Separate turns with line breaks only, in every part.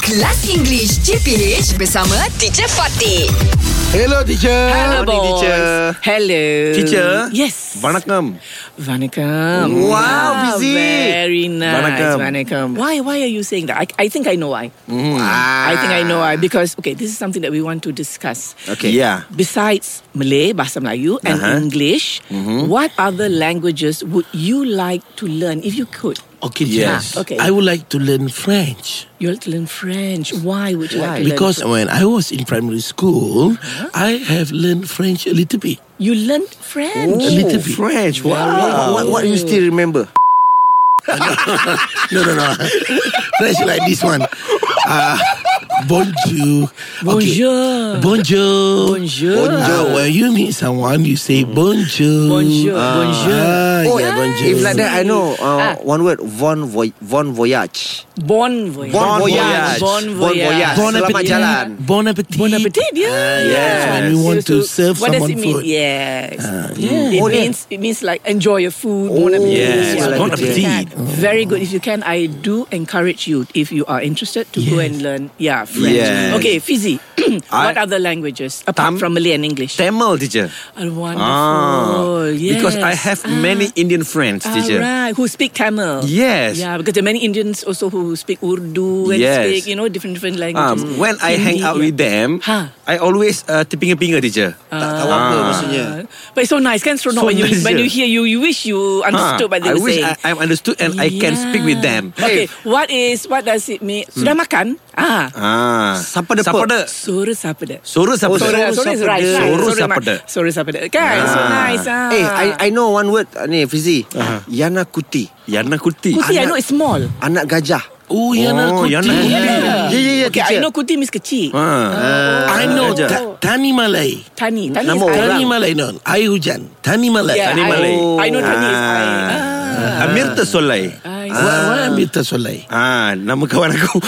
Kelas English CPH bersama Teacher Fatih.
Hello teacher.
Hello,
Morning,
boys.
teacher.
Hello.
Teacher.
Yes.
வணக்கம்
Vanakam.
Wow, busy.
Very nice.
Vanakkam.
Vanakkam. Why? Why are you saying that? I, I think I know why.
Mm-hmm.
I think I know why because okay, this is something that we want to discuss.
Ah. Okay. Yeah.
Besides Malay, Bahasa Melayu, and
Uh-huh. Mm-hmm.
English, what other languages would you like to learn if you could?
Okay,
Yes.
yes.
Okay.
I would like to learn French
You like to learn French. Why would you like to
because
learn? Uh-huh.
when I was in primary school, I have learned French a little bit.
you learned French.
Oh.
A little bit.
French. Wow. What, what you still remember?
No, no, no. French like this one. Uh, bonjour.
Bonjour.
Okay. Bonjour.
Bonjour. Mm.
Uh, when you meet someone, you say bonjour.
Bonjour. Bonjour.
Ah,
Oh,
yeah, bonjour.
Oh, If like that, I know
Ah.
uh, one word. Von voy, von voyage.
Bon voyage.
Bon voyage.
Bon
Bon
voyage.
voyage.
Bon
Selamat
appetit.
jalan.
Bon appetit.
Bon appetit, yeah.
yes. When
you want to serve
what does it
someone
mean?
food. Ah,
Yes.
yeah.
It
Oh, yeah.
means it means like enjoy your food. bon appetit.
yes.
Yeah.
Bon
If you
appetit.
can. Very good. If you can, I do encourage you if you are interested to go
Yes.
and learn. Yeah, French.
Yes.
Okay, Fizzy. what
I-
other languages apart
Tam-
from Malay and English?
Tamil teacher.
Oh, wonderful.
Ah,
yes.
Because I have
Ah.
many Indian friends, teacher.
Alright, who speak Tamil?
Yes.
Yeah, because there are many Indians also who speak Urdu and
Yes.
speak, you know, different different languages.
Um, when I hang
Hindi,
out
yeah.
with them,
Huh.
I always uh, tipping a finger, teacher. Ah.
Tak tahu apa maksudnya.
Uh, but it's so nice, kan? So,
So
when you
nice,
when
yeah.
you hear you, you wish you
Ah,
understood what they
I
were
wish
saying.
I, I'm understood and I can speak with them. Hmm.
Okay, what is what does it mean? Sudah makan? Ah,
Ah,
Sapa de
Sapa
pe.
de.
sore sapade.
Soro
Oh,
sapa de.
Sore, sore is
sapade.
right. right.
Sore
ma-
sapade.
Sore sapade. Kan? So nice. Ah.
Eh, I I know one word. Uh, ni Fizi.
Uh-huh.
Yana kuti.
Yana Kuti.
kuti, I
anak-
know it's small.
Anak gajah.
Oh, Yana
Oh,
Kuti.
Yana Kuti.
Yeah, yeah, yeah.
okay, I
teacher.
know kuti means kecil.
Ah.
I know
Gajah.
Ta- Tani Malay.
Tani. Tani
Nama
is I.
Tani Malay, no. Air hujan. Tani Malay.
Yeah,
Tani
I-
Malay.
I know Tani is I. Ah.
Amirta Solai.
I
Why why am I Solai?
Ah, nama kawan aku.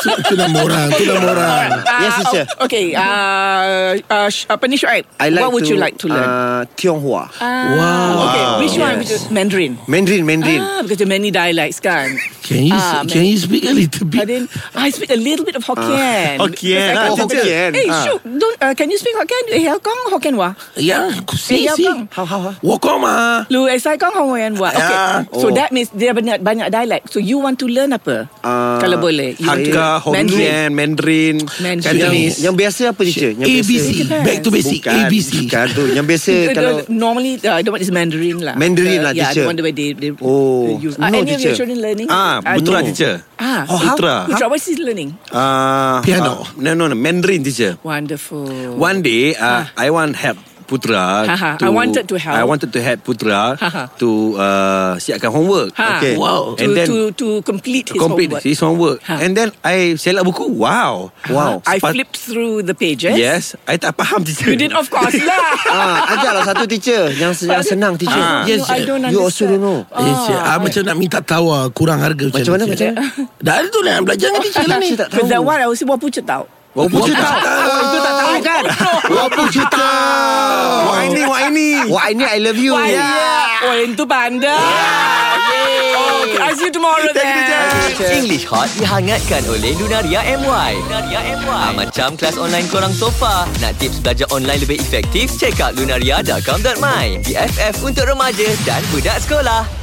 Tu, tu nama orang Tu nama orang
Yes, teacher.
Uh, okay, uh, uh, sh- apa ni Shoaib?
I like
What would
to,
you like to learn? Ah.
Uh, Tionghoa.
Wow
Okay, which one? Which is Mandarin.
Mandarin, Mandarin.
Ah, because there are many dialects, kan?
Can you
Ah,
can you speak a little
But
bit
then I speak a little bit of Hokkien.
Hokkien.
Because I
Oh,
can't-
Uh, Hokkien.
Hey,
Ah.
Shuk, don't, uh, can you speak Hokkien? Eh, how kong Hokkien wa?
Ya Si
Yeah,
si
kong.
How how how?
Wo kong ma
Lu, eh, saya kong Hokkien wa. Okay.
Ah,
oh.
So that means there are banyak, banyak dialect. So you want to learn apa?
Ah,
Kalau boleh. you want to
Hakka,
learn Mandarin.
Hokkien, Mandarin,
Mandarin.
Cantonese.
Yang biasa apa teacher? Yang biasa.
ABC
biasa.
Back to basic
Bukan,
ABC
bukan tu. Yang biasa
The- the-
kalau
normally uh, the one is Mandarin lah.
Mandarin
The-
lah,
Yeah,
teacher.
the one the way they, they
Oh,
they use. Uh,
no,
any of your
teacher.
children learning?
Ah,
Uh,
betul lah
no.
teacher.
Ah,
Oh, how-
Putra.
Putra, what is he learning?
Ah,
Piano.
ah, no, no, no, Mandarin teacher.
Wonderful.
One day, uh,
Ha.
I want help Putra.
Ha, ha. I wanted to help.
I wanted to help Putra
Ha, ha.
to uh, siapkan homework.
Ha.
Okay.
To,
Wow.
And then-
to, to complete his
complete
homework.
his homework.
Ha.
And then I selak buku. Wow.
Wow.
Uh-huh. I
Sepat-
flipped through the pages.
Yes. I tak faham teacher.
You did, of course, lah.
Ah, ajarlah satu teacher yang, yang senang teacher.
Ah.
No, I don't
You also
understand.
don't know.
Eh, si-
Oh,
ah, Macam nak minta tawar Kurang harga
Macam mana,
teacher? Dah ada tu lah Belajar dengan teacher lah ni
Teacher tak
Because
tahu.
that one, I was buat pucat tau.
Wapun tak
Ah.
Itu tak tahu kan? Berapa juta?
Wah ini, wah ini.
Wah ini I love you.
Why? Yeah. Oh, itu panda. Oh, okay, I'll see you tomorrow then.
English Hot dihangatkan oleh Lunaria MY. Lunaria MY. Ah, macam kelas online korang sofa. Nak tips belajar online lebih efektif? Check out lunaria.com.my. BFF untuk remaja dan budak sekolah.